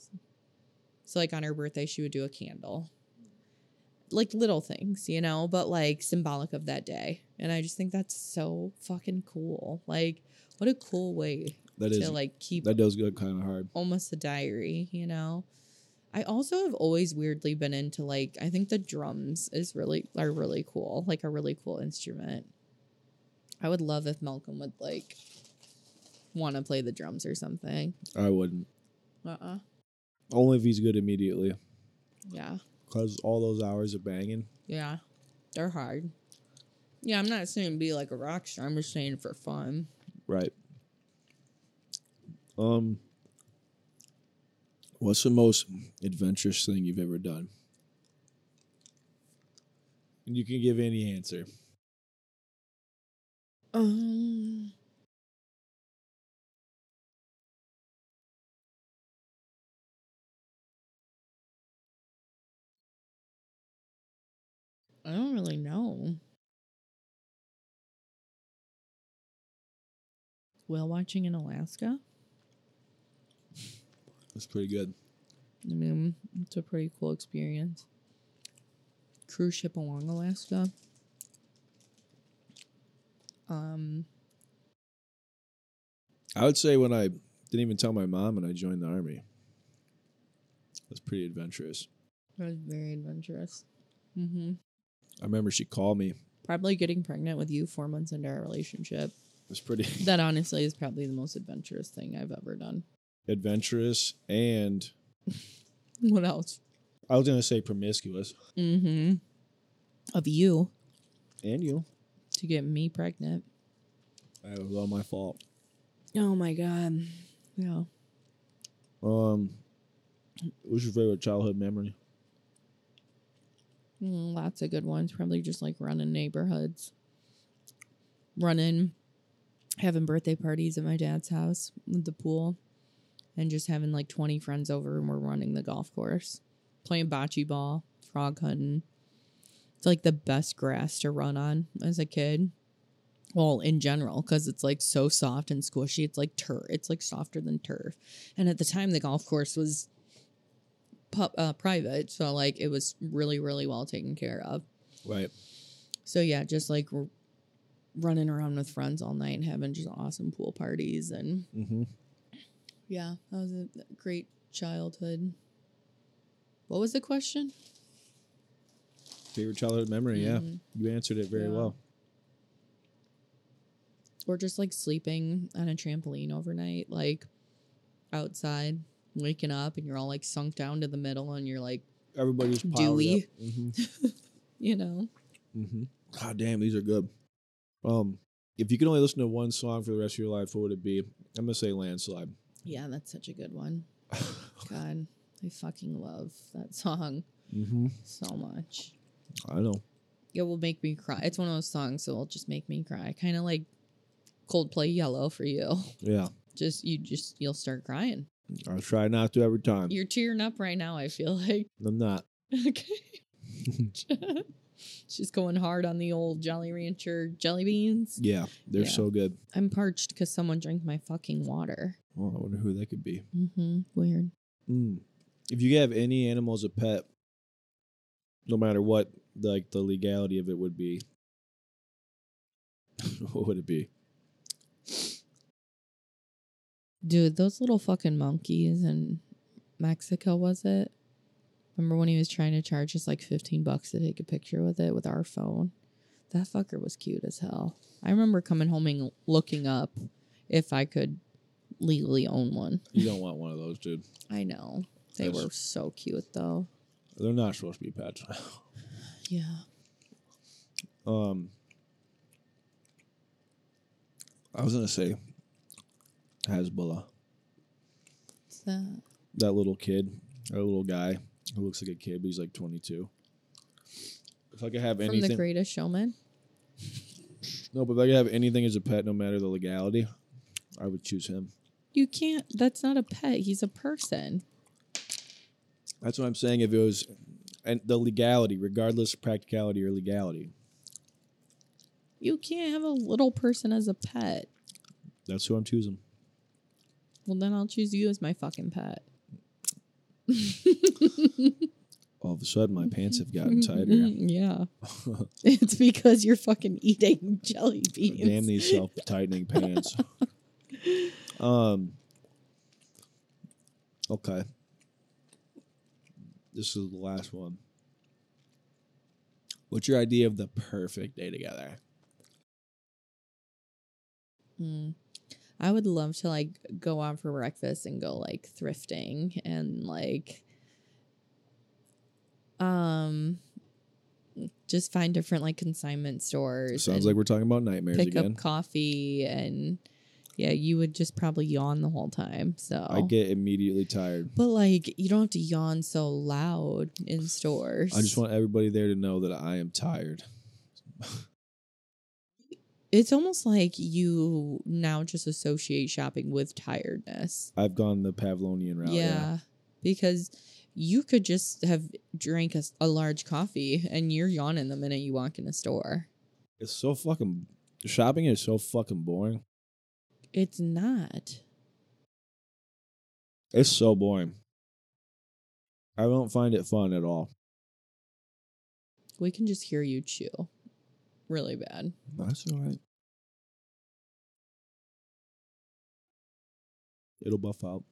So like on her birthday, she would do a candle. Like little things, you know, but like symbolic of that day. And I just think that's so fucking cool. Like, what a cool way
That
to
is
like keep
that does get kind of hard.
almost a diary, you know. I also have always weirdly been into like I think the drums is really are really cool, like a really cool instrument. I would love if Malcolm would like want to play the drums or something.
I wouldn't.
Uh-uh.
Only if he's good immediately,
Yeah.
cause all those hours of banging.
Yeah. They're hard. Yeah, I'm not saying be like a rock star. I'm just saying for fun.
Right. Um. What's the most adventurous thing you've ever done? You can give any answer.
Um, I don't really know. Whale watching in Alaska.
That's pretty good.
I mean, it's a pretty cool experience. Cruise ship along Alaska. Um,
I would say when I didn't even tell my mom and I joined the army. It was pretty adventurous.
that was very adventurous. Mm-hmm.
I remember she called me. It
Probably getting pregnant with you four months into our relationship.
was pretty
That honestly is probably the most adventurous thing I've ever done.
adventurous and
What else?
I was gonna say promiscuous.
Mm-hmm. Of you
And you.
to get me pregnant.
It was all my fault.
Oh my god. Yeah.
Um what's your favorite childhood memory?
Mm, Lots of good ones. Probably just like running neighborhoods, running, having birthday parties at my dad's house with the pool, and just having like 20 friends over and we're running the golf course, playing bocce ball, frog hunting. It's like the best grass to run on as a kid. Well, in general, because it's like so soft and squishy. It's like turf. It's like softer than turf. And at the time, the golf course was pu- uh, private, so like it was really, really well taken care of.
Right.
So yeah, just like r- running around with friends all night and having just awesome pool parties and
Mm-hmm.
yeah, that was a great childhood. What was the question?
Favorite childhood memory, yeah.
Mhm.
You answered it very
Yeah.
well.
Or just like sleeping on a trampoline overnight, like outside, waking up and you're all like sunk down to the middle and you're like,
Everybody's
Dewey.
Mm-hmm.
you know,
Mm-hmm. God damn, these are good. Um, if you could only listen to one song for the rest of your life, what would it be? I'm gonna say "Landslide."
yeah, that's such a good one. God, I fucking love that song
mm-hmm.
so much.
I know.
it will make me cry. It's one of those songs that will just make me cry. Kind of like Coldplay Yellow for you.
Yeah,
Just you just you'll start crying.
I try not to every time.
You're tearing up right now, I feel like.
I'm not.
Okay. She's going hard on the old Jolly Rancher jelly beans.
Yeah, they're
Yeah.
so good.
I'm parched because someone drank my fucking water.
Oh, I wonder who that could be.
Mm-hmm. Weird.
Mm. If you could have any animal as a pet, no matter what, like the legality of it would be, what would it be?
Dude, those little fucking monkeys in Mexico, was it? Remember when he was trying to charge us like 15 bucks to take a picture with it with our phone? That fucker was cute as hell. I remember coming home and looking up if I could legally own one.
You don't want one of those, dude.
I know. They
Yes.
were so cute though.
They're not supposed to be pets.
Yeah.
Um, I was gonna say Hezbollah,
What's that?
that little kid, that little guy who looks like a kid, but he's like 22. If I could have
From the
anything,
greatest showman?
no, but if I could have anything as a pet, no matter the legality, I would choose him.
You can't. That's not a pet. He's a person.
That's what I'm saying. If it was, and the legality, regardless of practicality or legality,
You can't have a little person as a pet.
that's who I'm choosing.
Well, then I'll choose you as my fucking pet.
All of a sudden, my pants have gotten tighter.
Mm-hmm, yeah. It's because you're fucking eating jelly beans.
Damn these self tightening pants. Um. Okay. This is the last one. What's your idea of the perfect day together?
Mm. I would love to like go out for breakfast and go like thrifting and like um just find different like consignment stores
Sounds
and
like we're talking about nightmares
pick
again.
up coffee and Yeah, you would just probably yawn the whole time. So
I get immediately tired.
But like, you don't have to yawn so loud in stores.
I just want everybody there to know that I am tired.
It's almost like you now just associate shopping with tiredness.
I've gone the Pavlonian route.
Oh, yeah, because you could just have drank a, s- a large coffee and you're yawning the minute you walk in a store.
It's so fucking shopping is so fucking boring.
It's not.
It's so boring. I don't find it fun at all.
We can just hear you chew, really bad.
That's all right. It'll buff out.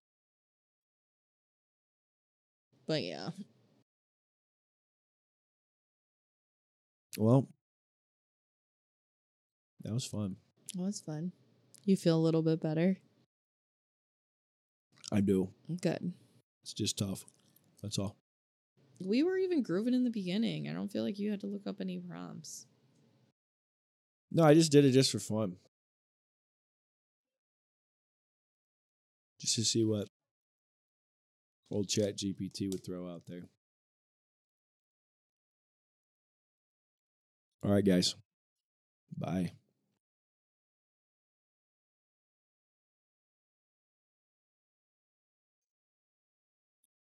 But yeah,
Well, that was fun.
that was fun. You feel a little bit better.
I do.
Good.
It's just tough. That's all.
We were even grooving in the beginning. I don't feel like you had to look up any prompts.
No, I just did it just for fun. Just to see what old chat GPT would throw out there. All right, guys. Bye.